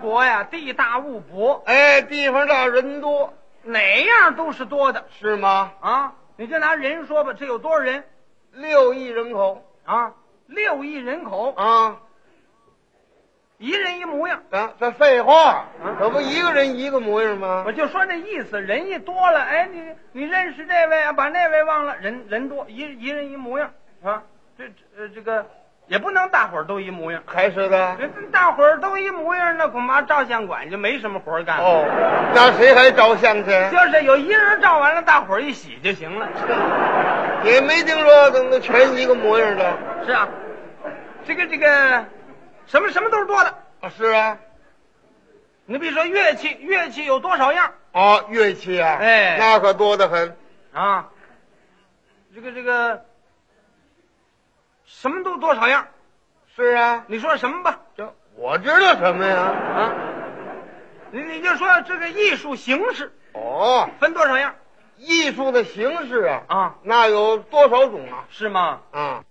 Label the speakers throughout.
Speaker 1: 国呀，地大物博，
Speaker 2: 哎，地方大人多
Speaker 1: 哪样都是多的
Speaker 2: 是吗？
Speaker 1: 啊！你就拿人说吧，这有多少人
Speaker 2: 六亿人口
Speaker 1: 啊？六亿人口，
Speaker 2: 啊，
Speaker 1: 一人一模样。
Speaker 2: 咱咱废话，可不一个人一个模样吗
Speaker 1: 我？就说那意思，人一多了，哎，你你认识这位啊，把那位忘了，人人多，一一人一模样啊。这这、呃、这个也不能大伙儿都一模样，
Speaker 2: 还是的。
Speaker 1: 人家大伙儿都一模样，那恐怕照相馆就没什么活儿干了。
Speaker 2: 哦，那谁还照相去？
Speaker 1: 就是有一人照完了，大伙儿一洗就行了。
Speaker 2: 也没听说怎么全一个模样的。
Speaker 1: 是啊，这个这个，什么什么都是多的。
Speaker 2: 啊，是啊。
Speaker 1: 你比如说乐器，乐器有多少样
Speaker 2: 哦，乐器啊，
Speaker 1: 哎
Speaker 2: 那可多得很。
Speaker 1: 啊？这个这个，什么都多少样？
Speaker 2: 是啊，
Speaker 1: 你说什么吧？
Speaker 2: 这我知道什么呀？
Speaker 1: 啊，你你就说这个艺术形式
Speaker 2: 哦，
Speaker 1: 分多少样
Speaker 2: 艺术的形式啊，
Speaker 1: 啊？
Speaker 2: 那有多少种啊？
Speaker 1: 是吗？
Speaker 2: 啊，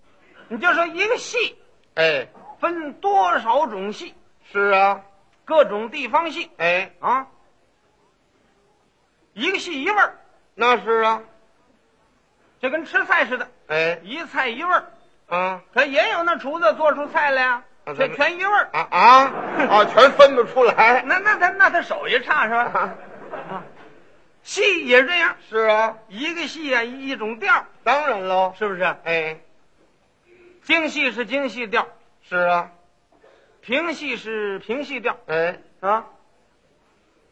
Speaker 1: 你就说一个戏
Speaker 2: 哎，
Speaker 1: 分多少种戏，
Speaker 2: 是啊，
Speaker 1: 各种地方戏
Speaker 2: 哎，
Speaker 1: 啊？一个戏一味儿，
Speaker 2: 那是啊，
Speaker 1: 就跟吃菜似的，
Speaker 2: 哎，
Speaker 1: 一菜一味儿。
Speaker 2: 啊
Speaker 1: 可也有那厨子做出菜来呀、
Speaker 2: 啊咱
Speaker 1: 这
Speaker 2: 们
Speaker 1: 全一味儿。
Speaker 2: 啊啊啊，全分不出来。
Speaker 1: 那那他那他手艺差是吧？
Speaker 2: 啊
Speaker 1: 戏也是这样，
Speaker 2: 是啊，
Speaker 1: 一个戏啊一一种调儿，
Speaker 2: 当然喽。
Speaker 1: 是不是？
Speaker 2: 哎，
Speaker 1: 京戏是京戏调儿，
Speaker 2: 是啊，
Speaker 1: 评戏是评戏调儿
Speaker 2: 哎，
Speaker 1: 啊，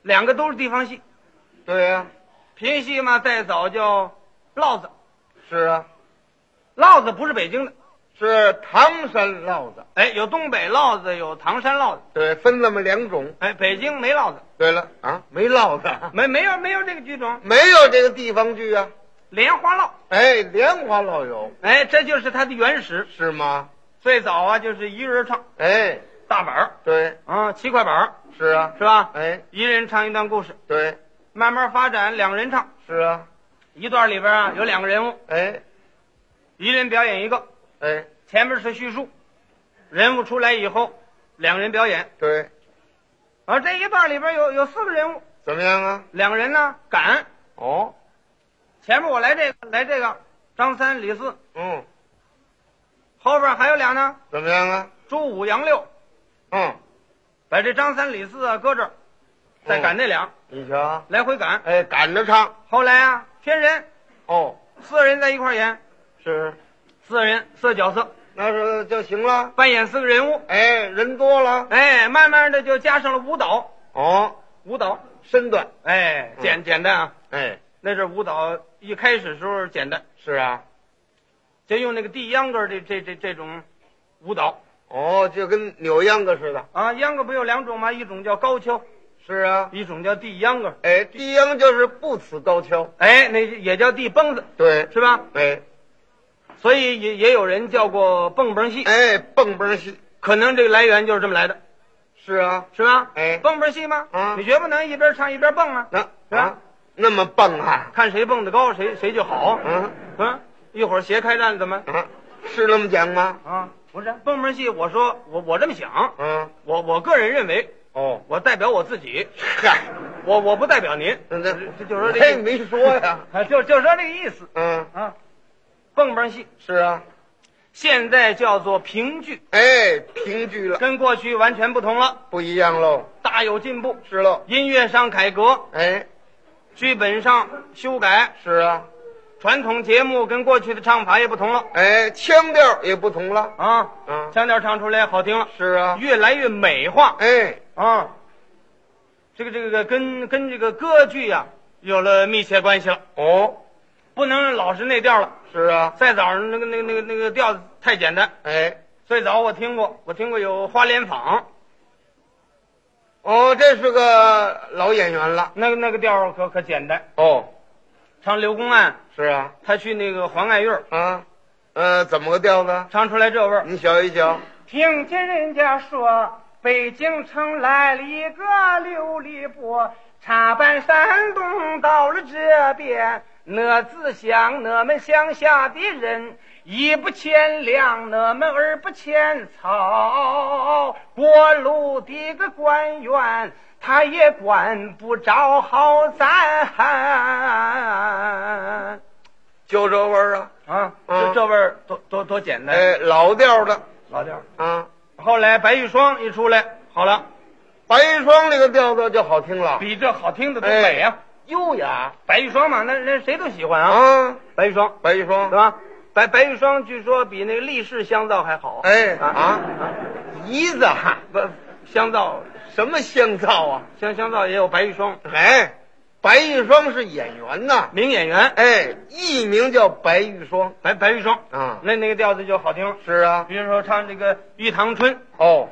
Speaker 1: 两个都是地方戏。
Speaker 2: 对啊呀、
Speaker 1: 评戏嘛，再早叫烙子，
Speaker 2: 是啊，
Speaker 1: 烙子不是北京的，
Speaker 2: 是唐山烙子，
Speaker 1: 哎，有东北烙子，有唐山烙子，
Speaker 2: 对，分那么两种。
Speaker 1: 哎，北京没烙子，
Speaker 2: 对了啊，没烙子，
Speaker 1: 没没有没有这个剧种，
Speaker 2: 没有这个地方剧啊。
Speaker 1: 莲花烙，
Speaker 2: 哎，莲花烙有
Speaker 1: 哎，这就是它的原始。
Speaker 2: 是吗？
Speaker 1: 最早啊，就是一人唱
Speaker 2: 哎，
Speaker 1: 大板儿。
Speaker 2: 对，
Speaker 1: 啊，七块板儿
Speaker 2: 是啊，
Speaker 1: 是吧？
Speaker 2: 哎，
Speaker 1: 一人唱一段故事，
Speaker 2: 对，
Speaker 1: 慢慢发展，两人唱
Speaker 2: 是啊，
Speaker 1: 一段里边啊有两个人物，
Speaker 2: 哎，
Speaker 1: 一人表演一个，
Speaker 2: 哎，
Speaker 1: 前面是叙述，人物出来以后，两人表演。
Speaker 2: 对，
Speaker 1: 而这一段里边有有四个人物，
Speaker 2: 怎么样啊？
Speaker 1: 两个人呢赶，
Speaker 2: 哦，
Speaker 1: 前面我来这个来这个，张三李四，
Speaker 2: 嗯，
Speaker 1: 后边还有俩呢，
Speaker 2: 怎么样啊？
Speaker 1: 朱五杨六，
Speaker 2: 嗯，
Speaker 1: 把这张三李四啊搁这儿，再赶这俩、
Speaker 2: 你瞧，
Speaker 1: 来回赶。
Speaker 2: 哎，赶着唱
Speaker 1: 后来啊天人
Speaker 2: 哦，
Speaker 1: 四个人在一块儿演，
Speaker 2: 是，
Speaker 1: 四个人四个角色
Speaker 2: 那是就行了。
Speaker 1: 扮演四个人物。
Speaker 2: 哎，人多了
Speaker 1: 哎，慢慢的就加上了舞蹈，
Speaker 2: 哦，
Speaker 1: 舞蹈，
Speaker 2: 身段，
Speaker 1: 哎，
Speaker 2: 嗯
Speaker 1: 简简单啊，
Speaker 2: 哎，
Speaker 1: 那是舞蹈一开始时候简单，
Speaker 2: 是啊，
Speaker 1: 就用那个地秧歌这这这这种舞蹈
Speaker 2: 哦，就跟扭秧歌似的。
Speaker 1: 啊，秧歌不有两种吗？一种叫高跷，
Speaker 2: 是啊，
Speaker 1: 一种叫地秧歌，
Speaker 2: 哎，低秧就是不辞高跷。
Speaker 1: 哎，那也叫地蹦子，
Speaker 2: 对，
Speaker 1: 是吧？
Speaker 2: 哎，
Speaker 1: 所以也也有人叫过蹦蹦戏，
Speaker 2: 哎，蹦蹦戏。
Speaker 1: 可能这个来源就是这么来的，
Speaker 2: 是啊，
Speaker 1: 是吧？
Speaker 2: 哎
Speaker 1: 蹦蹦戏吗？
Speaker 2: 啊
Speaker 1: 你绝不能一边唱一边蹦啊，
Speaker 2: 那
Speaker 1: 是吧
Speaker 2: 啊，那么蹦啊，
Speaker 1: 看谁蹦得高，谁谁就好，
Speaker 2: 嗯
Speaker 1: 啊，一会儿斜开战怎么？
Speaker 2: 啊，是那么讲吗？
Speaker 1: 啊，不是蹦蹦戏，我说我我这么想，
Speaker 2: 嗯，
Speaker 1: 我我个人认为，
Speaker 2: 哦，
Speaker 1: 我代表我自己，
Speaker 2: 嗨，
Speaker 1: 我我不代表您，
Speaker 2: 那那
Speaker 1: 这就说这
Speaker 2: 我也
Speaker 1: 个，
Speaker 2: 嗯没说 呀。
Speaker 1: 啊就就说这个意思
Speaker 2: 嗯，
Speaker 1: 啊。蹦蹦戏
Speaker 2: 是啊，
Speaker 1: 现在叫做评剧，
Speaker 2: 哎，平剧了，
Speaker 1: 跟过去完全不同了，
Speaker 2: 不一样喽，
Speaker 1: 大有进步。
Speaker 2: 是喽，
Speaker 1: 音乐上改革，
Speaker 2: 哎，
Speaker 1: 剧本上修改，
Speaker 2: 是啊，
Speaker 1: 传统节目跟过去的唱法也不同了
Speaker 2: 哎，腔调也不同了，
Speaker 1: 啊，
Speaker 2: 嗯，
Speaker 1: 腔调唱出来好听了，
Speaker 2: 是啊，
Speaker 1: 越来越美化
Speaker 2: 哎，
Speaker 1: 啊。这个这个跟跟这个歌剧呀、有了密切关系了。
Speaker 2: 哦，
Speaker 1: 不能老是那调了。
Speaker 2: 是啊，
Speaker 1: 再早上那个那个那个那个调子太简单。
Speaker 2: 哎，
Speaker 1: 最早我听过，我听过有花莲坊，
Speaker 2: 哦，这是个老演员了，
Speaker 1: 那个那个调儿可可简单。
Speaker 2: 哦，
Speaker 1: 唱刘公案，
Speaker 2: 是啊，
Speaker 1: 他去那个黄爱院，
Speaker 2: 啊，呃，怎么个调子？
Speaker 1: 唱出来这味儿。
Speaker 2: 你瞧一瞧，
Speaker 1: 听见人家说，北京城来了一个琉璃波，插班山东到了这边，我只想我们乡下的人一不牵粮，我们二不牵草。过路的个官员，他也管不着好咱。
Speaker 2: 就这味儿啊，
Speaker 1: 啊，
Speaker 2: 嗯
Speaker 1: 这这味儿多多多简单，
Speaker 2: 哎，老调的
Speaker 1: 老调儿。
Speaker 2: 啊。
Speaker 1: 后来白玉霜一出来，好了，
Speaker 2: 白玉霜这个调调就好听了，
Speaker 1: 比这好听的多美呀、
Speaker 2: 优雅
Speaker 1: 白玉霜嘛，那那谁都喜欢哎啊。
Speaker 2: 啊。
Speaker 1: 白玉霜，
Speaker 2: 白玉
Speaker 1: 对
Speaker 2: 霜，
Speaker 1: 吧？白白玉霜据说比那个力士香皂还好。
Speaker 2: 哎
Speaker 1: 啊
Speaker 2: 啊，姨子啊
Speaker 1: 不，香皂
Speaker 2: 什么香皂啊？
Speaker 1: 香香皂也有白玉霜，
Speaker 2: 哎，白玉霜是演员呐，
Speaker 1: 名演员
Speaker 2: 哎，艺名叫白玉霜
Speaker 1: 白白玉霜，
Speaker 2: 啊。
Speaker 1: 那那个调子就好听了。
Speaker 2: 是啊，
Speaker 1: 比如说唱这个《玉堂春》，
Speaker 2: 哦，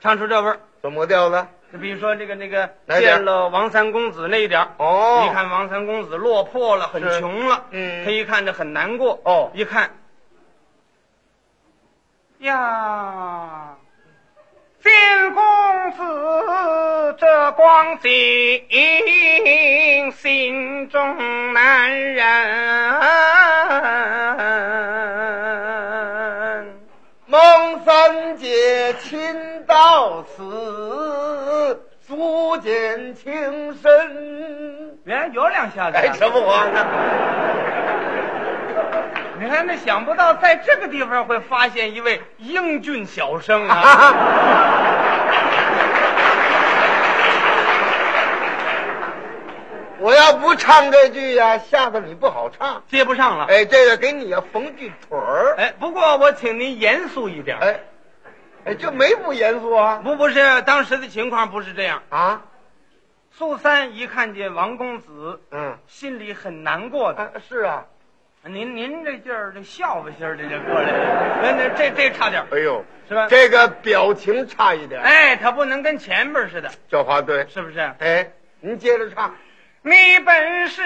Speaker 1: 唱出这味儿。
Speaker 2: 怎么个调的？
Speaker 1: 就比如说这个那个
Speaker 2: 哪点儿
Speaker 1: 见了王三公子那一点儿
Speaker 2: 哦，
Speaker 1: 一看王三公子落魄了，很
Speaker 2: 是
Speaker 1: 穷了，
Speaker 2: 嗯
Speaker 1: 他一看这很难过，
Speaker 2: 哦
Speaker 1: 一看，呀，金公子这光景，心中难忍。
Speaker 2: 孟三姐亲到此，足见情深。
Speaker 1: 原来有两下子、啊
Speaker 2: 哎，什么玩意儿？
Speaker 1: 你看，那想不到在这个地方会发现一位英俊小生 啊！
Speaker 2: 啊 我要不唱这句呀、下次你不好唱。
Speaker 1: 接不上了。
Speaker 2: 哎，这个给你呀、缝句腿儿。
Speaker 1: 哎，不过我请您严肃一点。
Speaker 2: 哎，哎，这没不严肃啊
Speaker 1: 不，不是当时的情况不是这样。
Speaker 2: 啊，
Speaker 1: 苏三一看见王公子，
Speaker 2: 嗯，
Speaker 1: 心里很难过的。
Speaker 2: 啊是啊。
Speaker 1: 您您这劲儿，这笑吧心儿，这就过来了。那那这这差点儿
Speaker 2: 哎呦，
Speaker 1: 是吧？
Speaker 2: 这个表情差一点。，
Speaker 1: 哎，他不能跟前边儿似的，
Speaker 2: 叫花对。
Speaker 1: 是不是？
Speaker 2: 哎，您接着唱。
Speaker 1: 你本是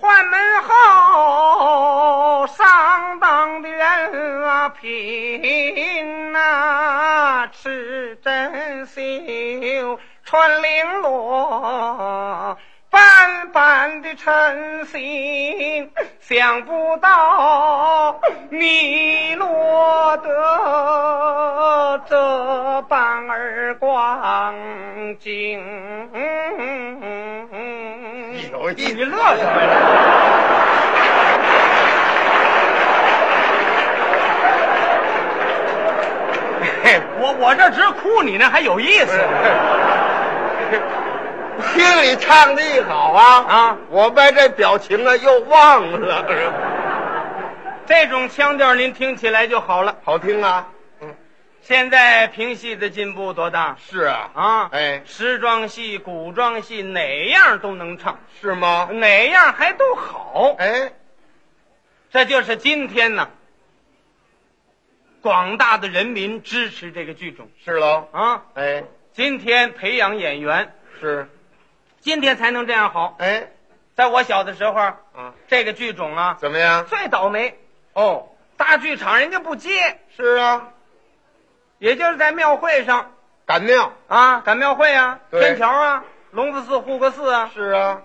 Speaker 1: 宦门后上当的人啊，品呐、吃珍馐，穿绫罗，斑斑的称心，想不到你落得这般儿光景。
Speaker 2: 有意思
Speaker 1: 你乐什么呀？嘿我我这直哭，你那还有意思
Speaker 2: 听你唱的一好啊
Speaker 1: 啊！
Speaker 2: 我把这表情啊又忘了，
Speaker 1: 这种腔调您听起来就好了。
Speaker 2: 好听啊！嗯，
Speaker 1: 现在评戏的进步多大
Speaker 2: 是啊，
Speaker 1: 啊？
Speaker 2: 哎，
Speaker 1: 时装戏、古装戏哪样都能唱，
Speaker 2: 是吗？
Speaker 1: 哪样还都好。
Speaker 2: 哎，
Speaker 1: 这就是今天呢，广大的人民支持这个剧种
Speaker 2: 是喽，
Speaker 1: 啊。
Speaker 2: 哎，
Speaker 1: 今天培养演员，
Speaker 2: 是，
Speaker 1: 今天才能这样好。
Speaker 2: 哎，
Speaker 1: 在我小的时候，
Speaker 2: 啊，
Speaker 1: 这个剧种啊
Speaker 2: 怎么样？
Speaker 1: 最倒霉，
Speaker 2: 哦，
Speaker 1: 大剧场人家不接，
Speaker 2: 是啊，
Speaker 1: 也就是在庙会上
Speaker 2: 赶庙，
Speaker 1: 啊，赶庙会啊，
Speaker 2: 对
Speaker 1: 天桥啊，龙子寺、护国寺啊。
Speaker 2: 是啊，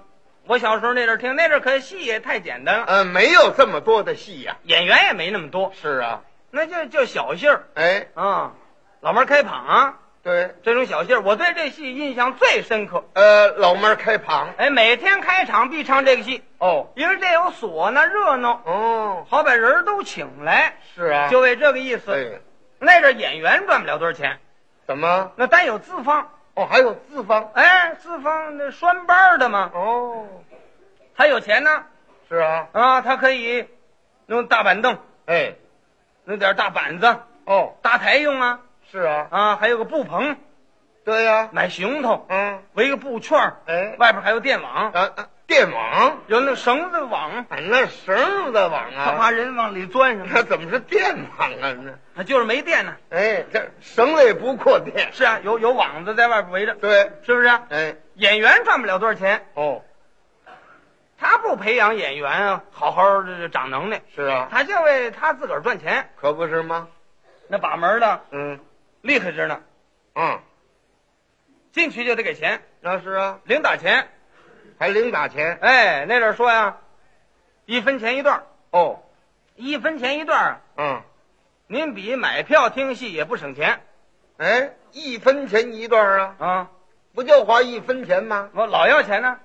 Speaker 1: 我小时候那阵儿听，那阵儿可戏也太简单了，
Speaker 2: 呃，没有这么多的戏呀、
Speaker 1: 演员也没那么多，
Speaker 2: 是啊，
Speaker 1: 那就就小戏儿
Speaker 2: 哎，
Speaker 1: 啊，老门开捧啊，
Speaker 2: 对，
Speaker 1: 这种小戏儿，我对这戏印象最深刻。
Speaker 2: 呃，老妹儿开旁，
Speaker 1: 哎，每天开场必唱这个戏，
Speaker 2: 哦，
Speaker 1: 因为这有唢呐热闹，
Speaker 2: 哦，
Speaker 1: 好把人儿都请来，
Speaker 2: 是啊，
Speaker 1: 就为这个意思。
Speaker 2: 哎，
Speaker 1: 那阵儿演员赚不了多少钱，
Speaker 2: 怎么？
Speaker 1: 那单有资方，
Speaker 2: 哦，还有四方，
Speaker 1: 哎，四方那拴班儿的嘛，
Speaker 2: 哦，
Speaker 1: 他有钱呢
Speaker 2: 是啊，
Speaker 1: 啊，他可以弄大板凳，
Speaker 2: 哎，
Speaker 1: 弄点大板子
Speaker 2: 哦，
Speaker 1: 搭台用啊
Speaker 2: 是啊，
Speaker 1: 啊，还有个布棚，
Speaker 2: 对呀、
Speaker 1: 买行头，
Speaker 2: 嗯，
Speaker 1: 围个布圈儿，
Speaker 2: 哎，
Speaker 1: 外边还有电网，
Speaker 2: 啊啊，电网，
Speaker 1: 有那绳子网，
Speaker 2: 俺那绳子网
Speaker 1: 他
Speaker 2: 啊，
Speaker 1: 怕人往里钻什么
Speaker 2: 那怎么是电网啊？那，
Speaker 1: 的，就是没电呢。
Speaker 2: 哎，这绳子也不扩电，
Speaker 1: 是啊，有有网子在外边围着，
Speaker 2: 对，
Speaker 1: 是不是啊？
Speaker 2: 哎，
Speaker 1: 演员赚不了多少钱，
Speaker 2: 哦，
Speaker 1: 他不培养演员啊，好好的长能耐，
Speaker 2: 是啊，
Speaker 1: 他就为他自个儿赚钱。
Speaker 2: 可不是吗？
Speaker 1: 那把门的
Speaker 2: 嗯，
Speaker 1: 厉害着呢，
Speaker 2: 嗯，
Speaker 1: 进去就得给钱，
Speaker 2: 那是啊，
Speaker 1: 零打钱。
Speaker 2: 还零打钱，
Speaker 1: 哎，那阵儿说呀，一分钱一段儿，
Speaker 2: 哦，
Speaker 1: 一分钱一段儿，啊
Speaker 2: 嗯，
Speaker 1: 您比买票听戏也不省钱
Speaker 2: 哎，一分钱一段啊，
Speaker 1: 啊！
Speaker 2: 不就花一分钱吗？
Speaker 1: 我老要钱呢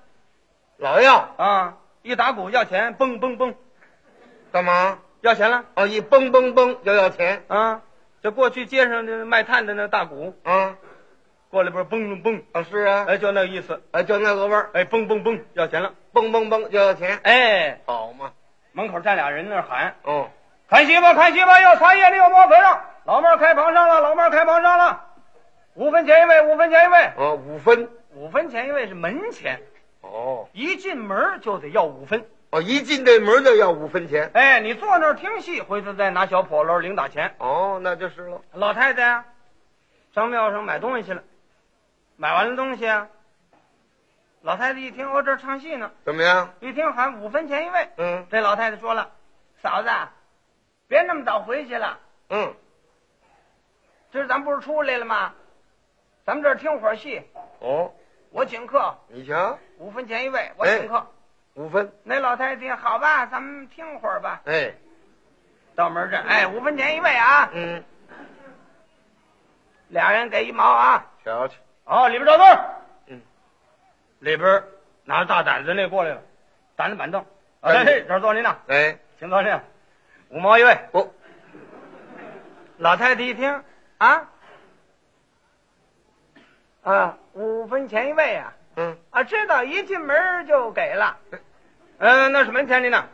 Speaker 2: 老要
Speaker 1: 啊！一打鼓要钱，蹦蹦蹦，
Speaker 2: 干嘛？
Speaker 1: 要钱了
Speaker 2: 哦，一蹦蹦蹦就要钱
Speaker 1: 啊！这过去街上这卖炭的那大鼓，
Speaker 2: 啊？
Speaker 1: 过来不是蹦蹦蹦，
Speaker 2: 啊，是啊，
Speaker 1: 哎，就那意思，
Speaker 2: 哎，就那个味儿，
Speaker 1: 哎，蹦蹦蹦要钱了，
Speaker 2: 蹦蹦蹦就要钱，
Speaker 1: 哎，
Speaker 2: 好嘛？
Speaker 1: 门口站俩人那儿喊。
Speaker 2: 哦，
Speaker 1: 看戏吧，看戏吧，要茶叶的，要毛肥肉。老妹儿开房上了，老妹儿开房上了，五分钱一位，五分钱一位，
Speaker 2: 哦，五分，
Speaker 1: 五分钱一位是门钱，
Speaker 2: 哦，
Speaker 1: 一进门就得要五分。
Speaker 2: 哦，一进这门就要五分钱，
Speaker 1: 哎，你坐那儿听戏，回头再拿小笸箩零打钱。
Speaker 2: 哦，那就是了，
Speaker 1: 老太太啊，上庙上买东西去了，买完了东西啊，老太太一听哦，这儿唱戏呢，
Speaker 2: 怎么样？
Speaker 1: 一听喊五分钱一位，
Speaker 2: 嗯
Speaker 1: 这老太太说了，嫂子啊，别那么早回去了。
Speaker 2: 嗯，
Speaker 1: 今儿咱不是出来了吗？咱们这儿听会儿戏，
Speaker 2: 哦，
Speaker 1: 我请客，
Speaker 2: 你瞧，
Speaker 1: 五分钱一位，我请客。
Speaker 2: 五分，
Speaker 1: 那老太太听好吧，咱们听会儿吧。
Speaker 2: 哎，
Speaker 1: 到门这儿，哎，五分钱一位啊，
Speaker 2: 嗯，
Speaker 1: 俩人给一毛啊。
Speaker 2: 瞧瞧，
Speaker 1: 哦，里边找座儿。
Speaker 2: 嗯，
Speaker 1: 里边拿着大胆子那过来了，掸着板凳。啊，
Speaker 2: 哎
Speaker 1: 这这儿坐您呢，
Speaker 2: 哎，哦
Speaker 1: 请坐这。五毛一位。
Speaker 2: 不，
Speaker 1: 老太太一听啊，啊，五分钱一位啊。
Speaker 2: 嗯，
Speaker 1: 啊，知道，一进门就给了。嗯、那是门钱您呢？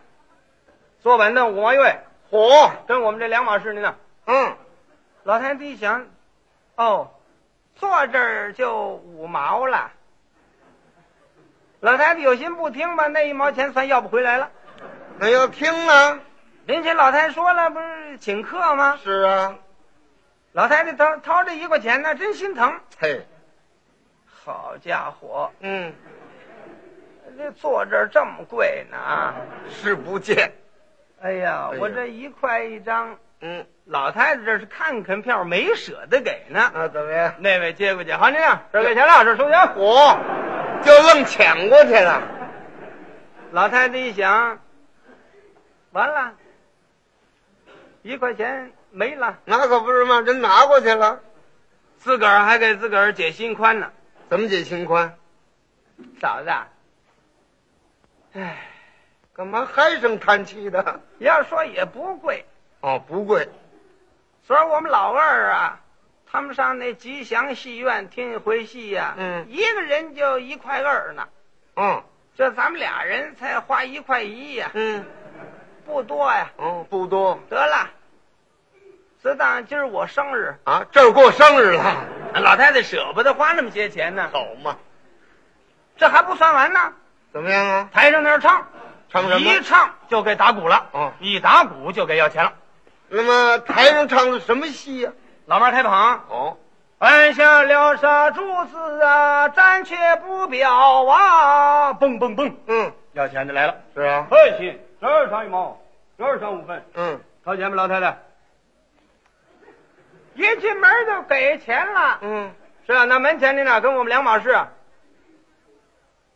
Speaker 1: 坐板凳五毛一位，
Speaker 2: 火，
Speaker 1: 跟我们这两码事您呢？
Speaker 2: 嗯，
Speaker 1: 老太太一想，哦，坐这儿就五毛了。老太太有心不听吧，那一毛钱算要不回来了。
Speaker 2: 那要听呢？
Speaker 1: 人家老太太说了，不是请客吗？
Speaker 2: 是啊，
Speaker 1: 老太太掏掏这一块钱呢，真心疼。
Speaker 2: 嘿，
Speaker 1: 好家伙，
Speaker 2: 嗯，
Speaker 1: 这坐这儿这么贵呢啊！
Speaker 2: 是不见，
Speaker 1: 哎呀
Speaker 2: 哎，呀
Speaker 1: 我这一块一张。
Speaker 2: 嗯，
Speaker 1: 老太太这是看看票，没舍得给呢。
Speaker 2: 那怎么样？
Speaker 1: 那位接过去，好，您啊，这儿给钱了，这儿收钱。
Speaker 2: 火，就愣抢过去了，
Speaker 1: 老太太一想，完了，一块钱没了，
Speaker 2: 那可不是嘛，人拿过去了，
Speaker 1: 自个儿还给自个儿解心宽呢。
Speaker 2: 怎么解心宽？
Speaker 1: 嫂子啊，唉，
Speaker 2: 干嘛唉声叹气的？
Speaker 1: 要说也不贵。
Speaker 2: 哦，不贵，
Speaker 1: 昨儿我们老二啊，他们上那吉祥戏院听一回戏呀、
Speaker 2: 嗯
Speaker 1: 一个人就一块二呢。
Speaker 2: 嗯
Speaker 1: 这咱们俩人才花一块一呀、
Speaker 2: 嗯，
Speaker 1: 不多呀、
Speaker 2: 哦，不多
Speaker 1: 得了，自打今儿我生日，
Speaker 2: 啊，这儿过生日了，
Speaker 1: 老太太舍不得花那么些钱呢。
Speaker 2: 好嘛？
Speaker 1: 这还不算完呢，
Speaker 2: 怎么样啊？
Speaker 1: 台上那儿唱，
Speaker 2: 唱什
Speaker 1: 一
Speaker 2: 么？
Speaker 1: 唱就给打鼓了，
Speaker 2: 哦
Speaker 1: 一打鼓就给要钱了。
Speaker 2: 那么台上唱的什么戏呀、
Speaker 1: 老妹儿开捧，
Speaker 2: 哦，
Speaker 1: 按下了杀柱子啊，暂且不表啊，蹦蹦蹦，
Speaker 2: 嗯，
Speaker 1: 要钱的来了。
Speaker 2: 是啊，
Speaker 1: 客气，这儿上一毛，这儿上五分，
Speaker 2: 嗯，
Speaker 1: 掏钱吧，老太太。一进门就给钱了。
Speaker 2: 嗯，
Speaker 1: 是啊，那门前的呢，跟我们两码事啊。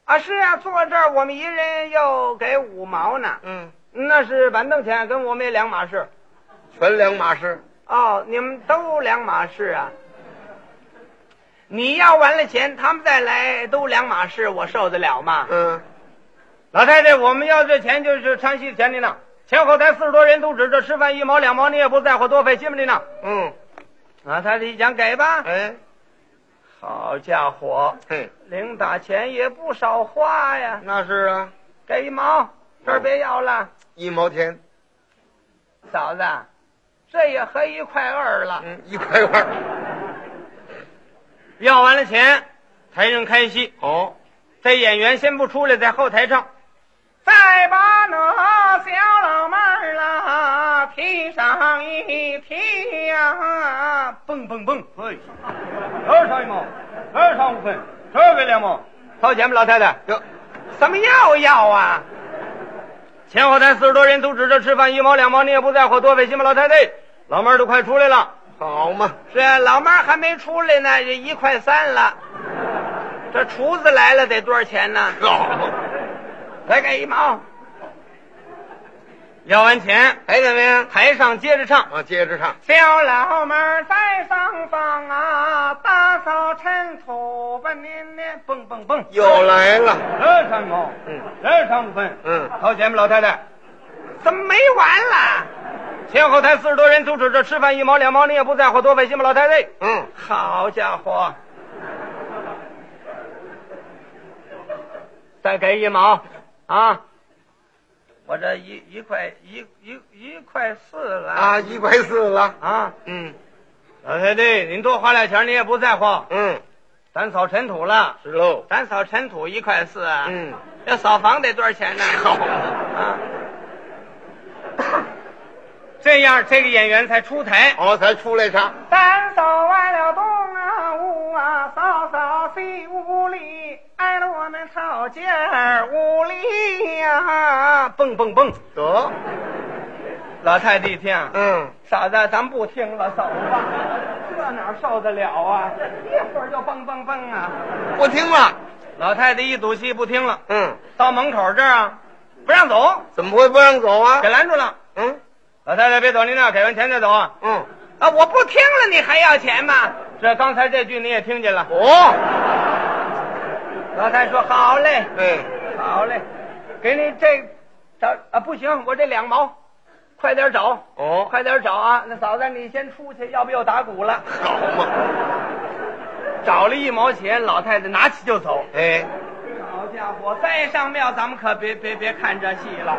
Speaker 1: 啊，是啊，坐这儿我们一人又给五毛呢，
Speaker 2: 嗯，
Speaker 1: 那是板凳钱，跟我们也两码事。
Speaker 2: 全两码事。
Speaker 1: 哦，你们都两码事啊。你要完了钱，他们再来都两码事，我受得了吗？
Speaker 2: 嗯，
Speaker 1: 老太太，我们要这钱就是唱戏的钱的呢。前后台四十多人都指着吃饭一毛两毛，你也不在乎多费心吧的呢。啊
Speaker 2: 嗯，
Speaker 1: 老太太一讲给吧，
Speaker 2: 哎，
Speaker 1: 好家伙，
Speaker 2: 嘿，
Speaker 1: 零打钱也不少花呀。
Speaker 2: 那是啊，
Speaker 1: 给一毛，这儿别要了，
Speaker 2: 一毛钱，
Speaker 1: 嫂子，这也合一块二了。
Speaker 2: 嗯，一块块。
Speaker 1: 要完了钱，台上开戏，
Speaker 2: 哦，
Speaker 1: 这演员先不出来，在后台唱。再把那小老妹儿啦提上一提呀、蹦蹦蹦！哎，这儿上一毛，这儿上五分，这儿给两毛，掏钱吧，老太太。
Speaker 2: 哟，
Speaker 1: 什么要要啊？前后台四十多人都指着吃饭，一毛两毛你也不在乎，多费心吧，老太太。老妹儿都快出来了，
Speaker 2: 好嘛，
Speaker 1: 是啊，老妹儿还没出来呢，这一块三了。这厨子来了得多少钱呢？
Speaker 2: 好嘛，
Speaker 1: 来给一毛。要完钱，
Speaker 2: 还怎么样？
Speaker 1: 台上接着唱。
Speaker 2: 啊，接着唱。
Speaker 1: 小老妹儿在上方啊，打扫尘土吧，您呢？蹦蹦蹦，
Speaker 2: 又来了。
Speaker 1: 这唱功，
Speaker 2: 嗯，
Speaker 1: 这唱分，
Speaker 2: 嗯，
Speaker 1: 老姐们、老太太，怎么没完了？前后台四十多人，阻止这吃饭一毛两毛，你也不在乎，多费心吧，老太太。
Speaker 2: 嗯，
Speaker 1: 好家伙，再给一毛啊！我这一一块一一一块四了
Speaker 2: 啊，一块四了。
Speaker 1: 啊！
Speaker 2: 嗯
Speaker 1: 老太太，您多花点钱，你也不在乎。
Speaker 2: 嗯，
Speaker 1: 咱扫尘土了，
Speaker 2: 是喽。
Speaker 1: 咱扫尘土一块四啊。
Speaker 2: 嗯，
Speaker 1: 要扫房得多少 钱呢？
Speaker 2: 好
Speaker 1: 啊！这样，这个演员才出台。
Speaker 2: 哦，才出来唱。
Speaker 1: 咱扫完了东啊屋啊，扫扫西屋里，挨了我们草间屋里呀、蹦蹦蹦！
Speaker 2: 得，
Speaker 1: 老太太一听，
Speaker 2: 嗯，
Speaker 1: 嫂子，咱不听了，走吧，这哪受得了啊？一会儿就蹦蹦蹦啊！
Speaker 2: 我听了。
Speaker 1: 老太太一赌气不听了，
Speaker 2: 嗯，
Speaker 1: 到门口这儿啊，不让走，
Speaker 2: 怎么会不让走啊
Speaker 1: 给？拦住了。
Speaker 2: 嗯
Speaker 1: 老太太别走，您那给完钱再走啊！
Speaker 2: 嗯，
Speaker 1: 啊，我不听了，你还要钱吗？这刚才这句你也听见了。
Speaker 2: 哦，
Speaker 1: 老太太说：“好嘞，
Speaker 2: 哎，
Speaker 1: 好嘞，给你这找啊，不行，我这两毛，快点找，
Speaker 2: 哦，
Speaker 1: 快点找啊！那嫂子你先出去，要不又打鼓了。
Speaker 2: 好嘛，
Speaker 1: 找了一毛钱，老太太拿起就走。
Speaker 2: 哎，
Speaker 1: 好家伙，再上庙咱们可别别别看这戏了，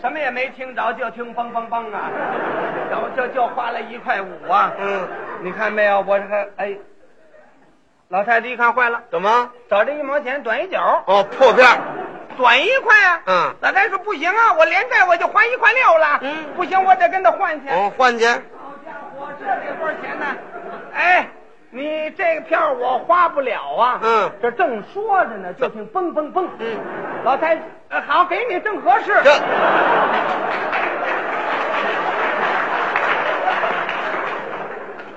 Speaker 1: 什么也没听着，就听梆梆梆啊，就就就花了一块五啊。
Speaker 2: 嗯，
Speaker 1: 你看没有？我这个哎，老太太一看坏了，
Speaker 2: 怎么？
Speaker 1: 找这一毛钱短一角。
Speaker 2: 哦，破片儿
Speaker 1: 短一块啊！
Speaker 2: 嗯
Speaker 1: 老太太说不行啊，我连带我就还一块六了。
Speaker 2: 嗯
Speaker 1: 不行，我得跟他换去。
Speaker 2: 哦，换去。
Speaker 1: 好家伙，这得多少钱呢？哎，你这票我花不了啊。
Speaker 2: 嗯
Speaker 1: 这正说着呢，就听蹦蹦蹦。
Speaker 2: 嗯，
Speaker 1: 老太太、呃好，给你正合适。
Speaker 2: 这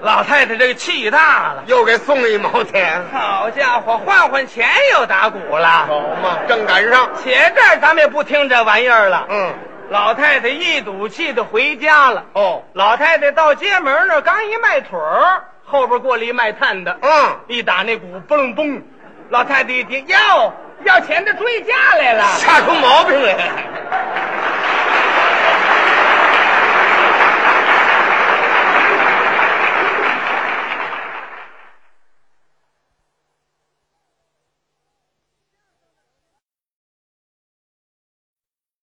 Speaker 1: 老太太这个气大了。
Speaker 2: 又给送了一毛钱，
Speaker 1: 好家伙，换换钱又打鼓了。
Speaker 2: 好嘛，正赶上。
Speaker 1: 且这儿咱们也不听这玩意儿了。
Speaker 2: 嗯，
Speaker 1: 老太太一赌气的回家了。
Speaker 2: 哦，
Speaker 1: 老太太到街门那儿刚一迈腿儿，后边过来一卖炭的，
Speaker 2: 嗯，
Speaker 1: 一打那鼓，嘣嘣。老太太一听，哟，要钱的追家来了。
Speaker 2: 吓出毛病来了。